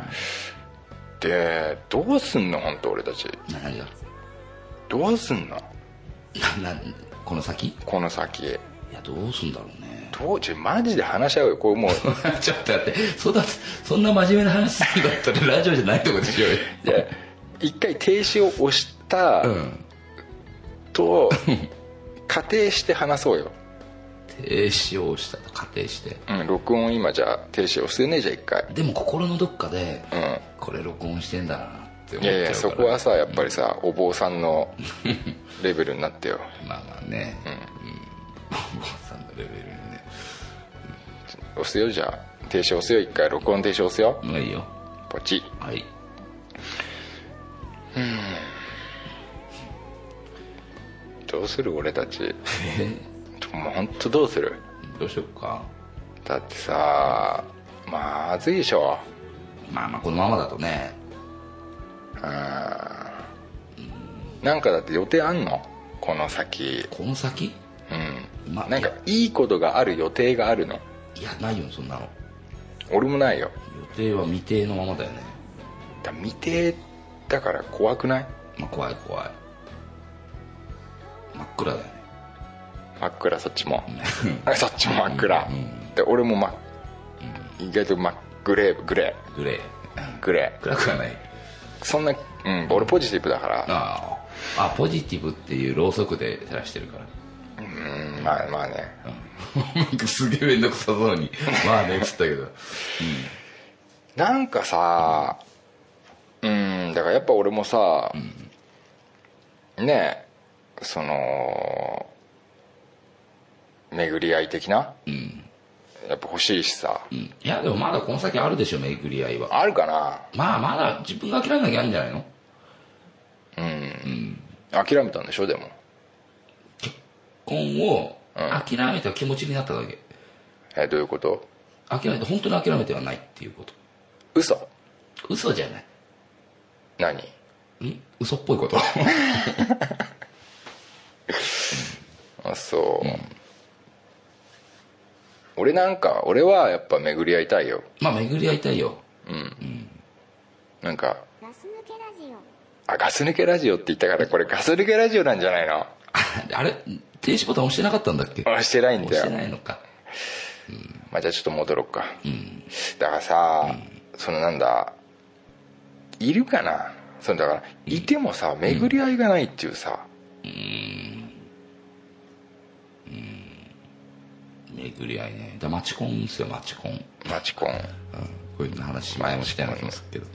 でどうすんの本当俺たち何がどうすんのななこの先いこの先やどうすんだろうねどうちょマジで話し合うよこうもう [LAUGHS] ちょっと待ってそんなそんな真面目な話するんだったらラジオじゃないとこでしようよで一回停止を押したうんと、仮定して話そうよ、停止をしたと仮定してうん、録音今じゃあ停止押してねじゃあ一回でも心のどっかで、うんこれ録音してんだなって思いっちゃうからやいやそこはさやっぱりさお坊さんのレベルになってよまあまあねうんお坊さんのレベルにね押すよじゃあ停止押すよ一回録音停止押すよまあいいよポチはいどうする俺た [LAUGHS] ちもう本当どうするどうしよっかだってさまずいでしょまあまあこのままだとねなんかだって予定あんのこの先この先うんまあなんかいいことがある予定があるのいやないよそんなの俺もないよ予定は未定のままだよねだ未定だから怖くないまあ怖い怖い真っ暗だよね真っ暗そっちも [LAUGHS] そっちも真っ暗で俺も、ま、意外と真っグレーグレグレーグレー暗くはないーそんな、うん、俺ポジティブだからあああポジティブっていうろうそくで照らしてるかうら [LAUGHS] んまあまあねなんかすげえ面倒くさそうに「まあね」っつったけどなんかさうんだからやっぱ俺もさ、ねえその巡り合い的な、やっぱ欲しいしさ、うんいやでもまだこの先あるでしょ巡り合いはあるかなまあまだ自分が諦めなきゃいけないんじゃないの諦めたんでしょでも婚を諦めた気持ちになっただけえどういうこと諦めて本当に諦めてはないっていうこと嘘嘘じゃない何ん嘘っぽいことあそう、俺なんか俺はやっぱ巡り合いたいよ [LAUGHS] まあ巡り合いたいよ [LAUGHS] なんかガス抜けラジオあガス抜けラジオって言ったからこれガス抜けラジオなんじゃないのああれ停止ボタン押してなかったんだっけあしてないん押だしよてないのかまあ、じゃあちょっと戻ろうか、だからさ、そのなんだいるかなそのだからいてもさ巡り合いがないっていうさ、巡り合いねだマチコンですよマチコン、うん、マチコンこういう話前もしてないんですけど、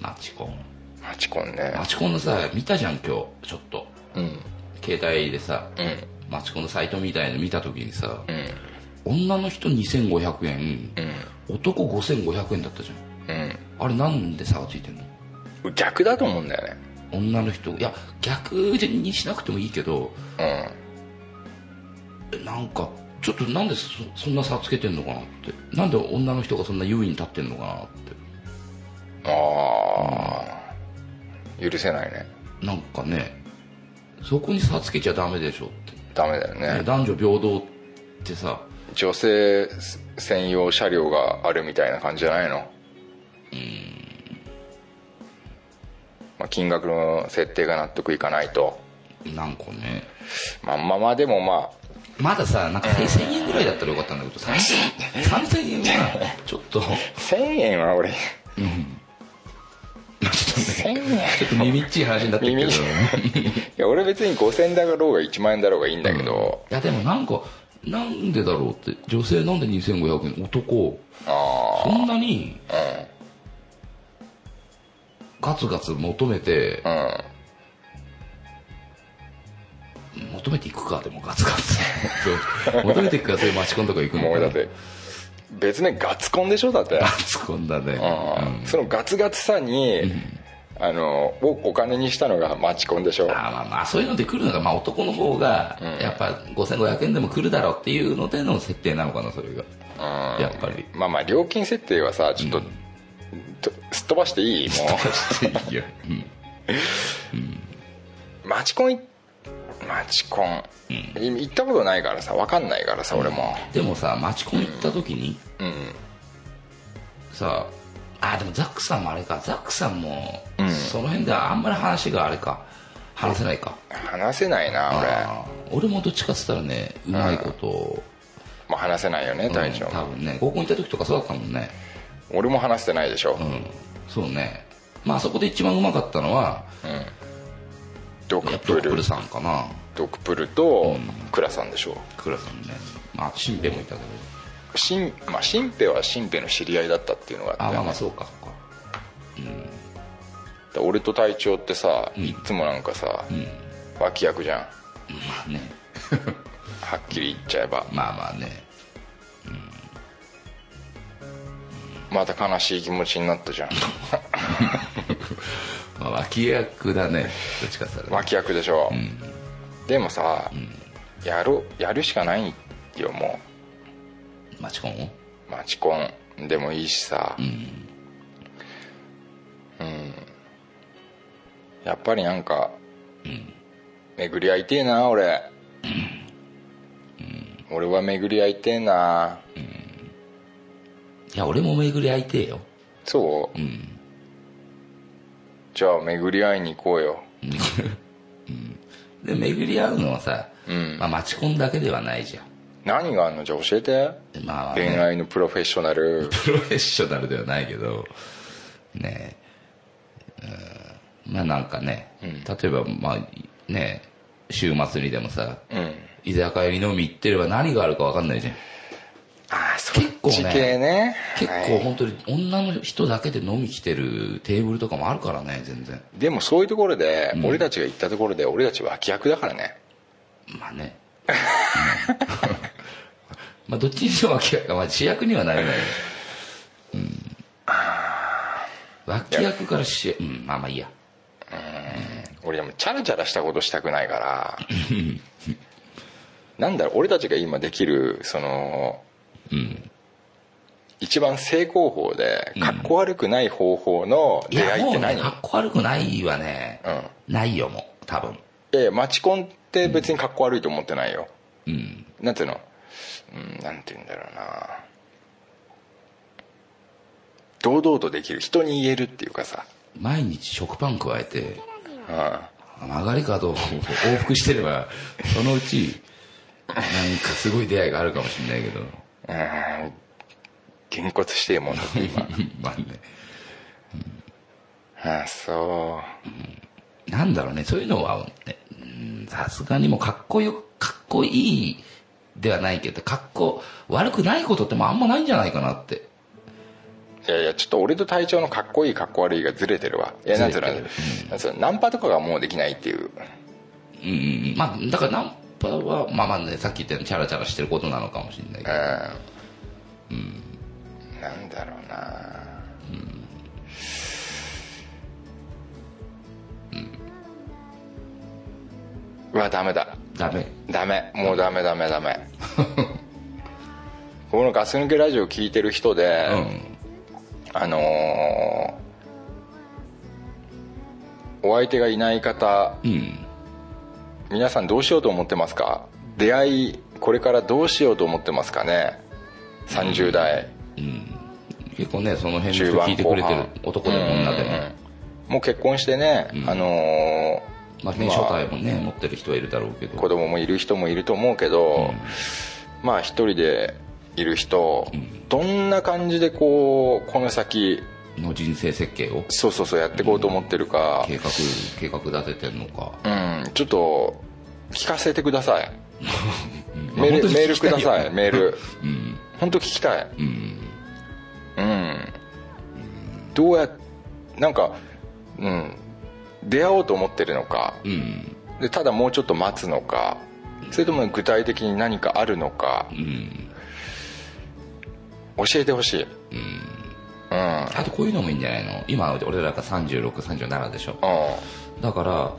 マチコンマチコンねマチコンのさ見たじゃん今日ちょっとうん携帯でさ、うんマチコンのサイトみたいの見た時にさ、うん女の人2500円、う男5500円だったじゃうんんあれなんで差がついてんのん逆だと思うんだよね女の人いや逆にしなくてもいいけどなんかちょっとなんでそそんな差つけてんのかなってなんで女の人がそんな優位に立ってんのかなっうんああ許せないねてなんかねそこに差つけちゃダメでしょって、ダメだよね男女平等ってさ女性専用車両があるみたいな感じじゃないのまあ、金額の設定が納得いかないとなんかねまあまあまあでもままださなんか1000円ぐらいだったらよかったんだけど3000円3000円はちょっとあ1000円は俺ちょ [LAUGHS] っとね1000円ちょっと耳っちい話になってるけど耳いや俺別に5000円だろうが1万円だろうがいいんだけど、いやでもなんかなんでだろうって女性なんで2500円男あそんなにガツガツ求めてあ求めていくかでもガツガツそう [LAUGHS] 求めていくかそういうマチコンとか行くうんのもうかだなって別名ガツコンでしょだってガツコンだねうんそのガツガツさに、あのをお金にしたのがマチコンでしょあーまあまあそういうので来るのが、まあ、男の方がやっぱ5500円でも来るだろうっていうのでの設定なのかなそれがやっぱりまあまあ料金設定はさちょっと、とすっ飛ばしていいもいやうん [LAUGHS] うマチコンいマチコン、い行ったことないからさ分かんないからさ俺もでもさマチコン行った時にさああでもザックさんもあれかザックさんもその辺ではあんまり話があれか話せないか話せないな俺あー俺もどっちかっつったらねうまいこともう話せないよねうん隊長、多分ね合コン行った時とかそうだったもんね俺も話してないでしょ、うんそうねまあそこで一番うまかったのはドやクっぱドプップルルさんかなドクプルとクラさんでしょクラさんねまあ新兵もいたけどしんまあ、新兵は新兵の知り合いだったっていうのがあっあて、まあまあそうかそうかで俺と隊長ってさ、いつもなんかさ、脇役じゃんまあね [LAUGHS] はっきり言っちゃえばまあまあねまた悲しい気持ちにな [LAUGHS] ったじゃんまあ脇役だねどっちかっつったらね脇役でしょ、でもさ、やろうやるしかないよもマチコンをうマチコンでもいいしさうん、やっぱりなんか、巡り合いてえな俺、俺は巡り合いてえないや俺も巡り会いてえよそう、んじゃあ巡り合いに行こうよで巡り合うのはさ、んまあ、マチコンだけではないじゃん何があんのじゃあ教えてでまあ、恋ね、愛のプロフェッショナルプロフェッショナルではないけどねえうんまあなんかね、例えばまあね週末にでもさ、うん居酒屋に飲み行ってれば何があるか分かんないじゃんああそっ構ねち系ね結構はい本当に女の人だけで飲み来てるテーブルとかもあるからね全然でもそういうところで、俺たちが行ったところで俺たち脇役だからねまあね、うん [LAUGHS] まあどっちにしても脇役、まあ、主役にはなれない、うん、脇役から主役うんまあまあいいや俺でもチャラチャラしたことしたくない [LAUGHS] からなんだろう俺たちが今できるその、一番正攻法でかっこ悪くない方法のい出会いってもうね何、かっこ悪くないはね、ないよもう多分えマチコンって別にかっこ悪いと思ってないよ、うんなんていうの、うん、なんていうんだろうな堂々とできる人に言えるっていうかさ、毎日食パン加えてう曲がり角を往復してればそのうちなんかすごい出会いがあるかもしれないけどん、[LAUGHS] うん、げんこつしてえもんだって今まあねああそなんだろうねそういうのはねうんさすがにもうかっこよかっこいいではないけどかっこ悪くないことってもうあんまないんじゃないかなってういやいやちょっと俺と隊長のかっこいいかっこ悪いがずれてるわいやなんていうのずれてるなんていうのナンパとかがもうできないっていううんまあだからナンパはまあまあねさっき言ったようにチャラチャラしてることなのかもしれないけどうん、なんだろうな、うわダメだダメダメもうダメダメダ [LAUGHS] メこのガス抜けラジオ聞いてる人で、うんあのーお相手がいない方うん皆さんどうしようと思ってますか出会いこれからどうしようと思ってますかね30代、結構ねその辺の中人盤聞いてくれて後る半男でも女でも、もう結婚してね、あのーまあ、ね初代もね持ってる人はいるだろうけど子供もいる人もいると思うけど、まあ一人でいる人、どんな感じでこうこの先の人生設計をそうそうそうやっていこうと思ってるか、計画計画立ててんのかうん、ちょっと聞かせてくだ [LAUGHS] さい、メー本ル当にメー聞ルきくたいだよさいメール [LAUGHS] うん本当聞きたいうんうんどうやなんかうん出会おうと思ってるのかうんでただもうちょっと待つのかそれとも具体的に何かあるのかうん教えてほしいうんうんあとこういうのもいいんじゃないの今俺らが3637でしょだから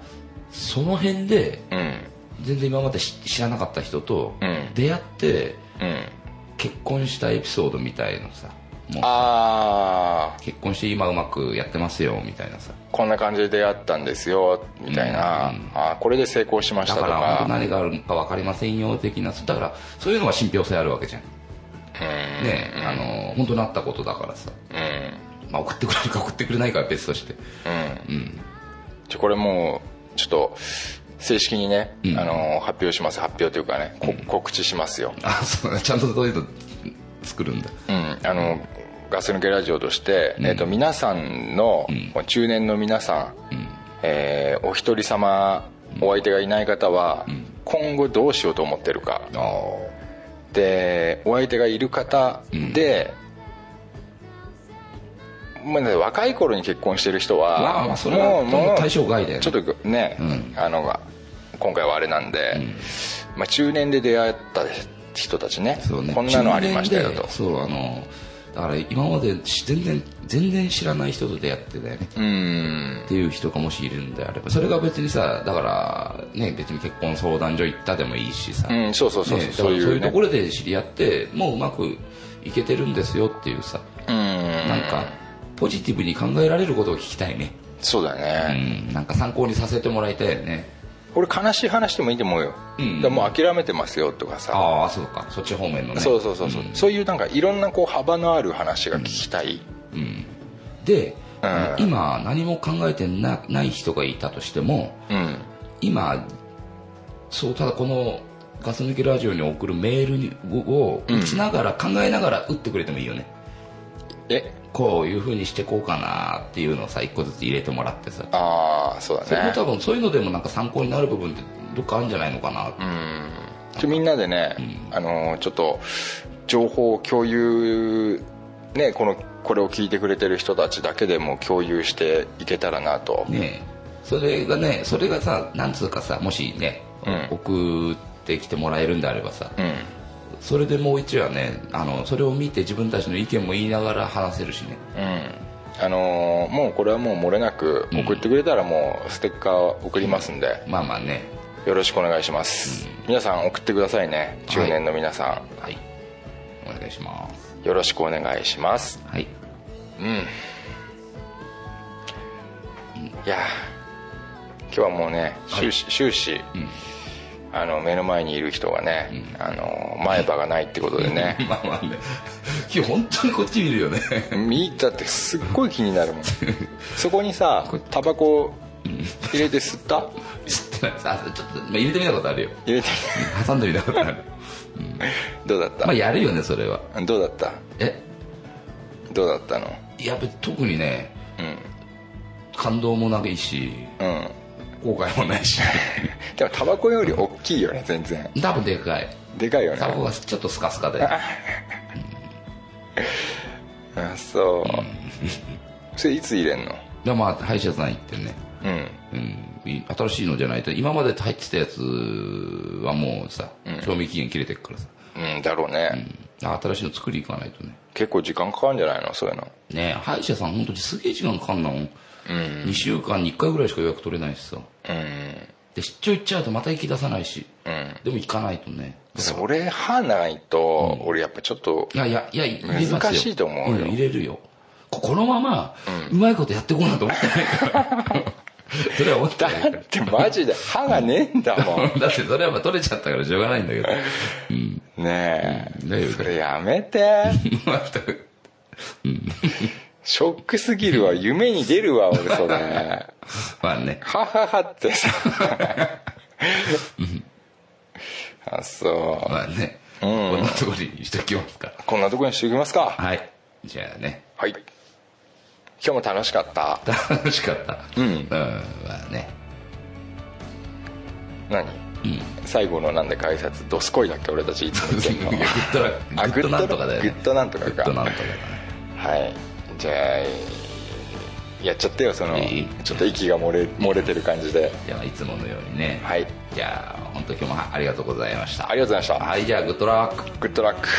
その辺でうん全然今まで知知らなかった人とうん出会ってうん結婚したエピソードみたいのさもうああ結婚して今うまくやってますよみたいなさこんな感じで出会ったんですよみたいな、うんあーこれで成功しましだたとから本当か何があるのか分かりませんよ的なだからそういうのは信憑性あるわけじゃんねえあの本当になったことだからさ、まあ、送ってくれるか送ってくれないかは別としてうん、うん、じゃあこれもうちょっと正式にね、うんあの発表します発表というかね、こ告知しますよ、あそうちゃんとそういうの作るんだうん、あのガス抜けラジオとして、えっと皆さんの、中年の皆さん、えーお一人様お相手がいない方は、今後どうしようと思ってるかああでお相手がいる方で、まあね若い頃に結婚してる人は、まあまあそれはほとんど対象外だよねちょっとね、んあの今回はあれなんで、まあ、中年で出会った人たちねそうねこんなのありましたよと中年でそうあのだから今までし全然全然知らない人と出会ってだよねうんっていう人がもしいるんであればそれが別にさだからね別に結婚相談所行ったでもいいしさ、うんそうそうそうそう、ねだからそういうとねころで知り合ってもううまくいけてるんですよっていうさうんなんかポジティブに考えられることを聞きたいねそうだうね、んなんか参考にさせてもらいたいよね俺悲しい話でもいいと思うよ、うんだからもう諦めてますよとかさああそうかそっち方面のねそうそうそうそう、そういうなんかいろんなこう幅のある話が聞きたい、で、うん今何も考えてなない人がいたとしてもうん、今そうただこのガス抜きラジオに送るメールにを打ちながら、考えながら打ってくれてもいいよねえこういう風にしてこうかなっていうのをさ一個ずつ入れてもらってさああそうそれだもね多分そういうのでもなんか参考になる部分ってどっかあるんじゃないのかな、ちょみんなでね、あのーちょっと情報を共有ねこのこれを聞いてくれてる人たちだけでも共有していけたらなと、ねえそれがねそれがさなんつうかさもしね、うん送ってきてもらえるんであればさ、うんそれでもう一話ねあのそれを見て自分たちの意見も言いながら話せるしねうんあのーもうこれはもう漏れなく送ってくれたらもうステッカー送りますんで、まあまあねよろしくお願いします、皆さん送ってくださいね中年の皆さん、はいお願いしますよろしくお願いしますはいいやー今日はもうね終始終始、あの目の前にいる人がね、あの前歯がないってことでね [LAUGHS] [LAUGHS] まあまあね今日本当にこっち見るよね [LAUGHS] 見たってすっごい気にな [LAUGHS] るもんそこにさタバコ入れて吸った吸ってないさちょっと、まあ、入れてみたことあるよ入れて挟んでみたことある [LAUGHS] どうだった、まあやるよねそれはどうだったえどうだったのやっぱ特にねうん感動もないしうん後悔もないし [LAUGHS] [LAUGHS] でもタバコより大きいよね全然多分でかいでかいよねタバコがちょっとスカスカであそう [LAUGHS] それいつ入れんのでまあ歯医者さん行ってね、うんうん、い新しいのじゃないと今まで入ってたやつはもうさ賞味期限切れてるからさ、うんだろうね、うん新しいの作り行かないとね結構時間かかるんじゃないのそういうのねえ歯医者さん本当にすげえ時間かかんなもん、2週間に1回ぐらいしか予約取れないしさうんで出張行っちゃうとまた行き出さないし、うんでも行かないとねそれ歯ないと、俺やっぱちょっといやいやいや入れますよ難しいと思うよん入れるよここのまま、うまいことやってこうなんて思ってないから [LAUGHS] それは思ってだないからってマジで歯がねえんだもだってそれはまあ取れちゃったからしょうがないん [LAUGHS] だけどんねうんだえよそれやめてまったくショックすぎるわ夢に出るわ俺それまあねはははってさあそまあね、うんこんなところにしときますからうこんなとこにしておきますかはいじゃあねはい今日も楽しかった楽しかったうんまあね何、最後のなんで改札どすこいだっけ俺たちいつも言ってんのグッドラあグッドなんとかだよねグッドなんとかかグッドなんとかだねはいじゃあやっちゃってよそのいいちょっと息が漏れ漏れてる感じでじゃあいつものようにねはいじゃあ本当今日もありがとうございましたありがとうございましたはいじゃあグッドラックグッドラック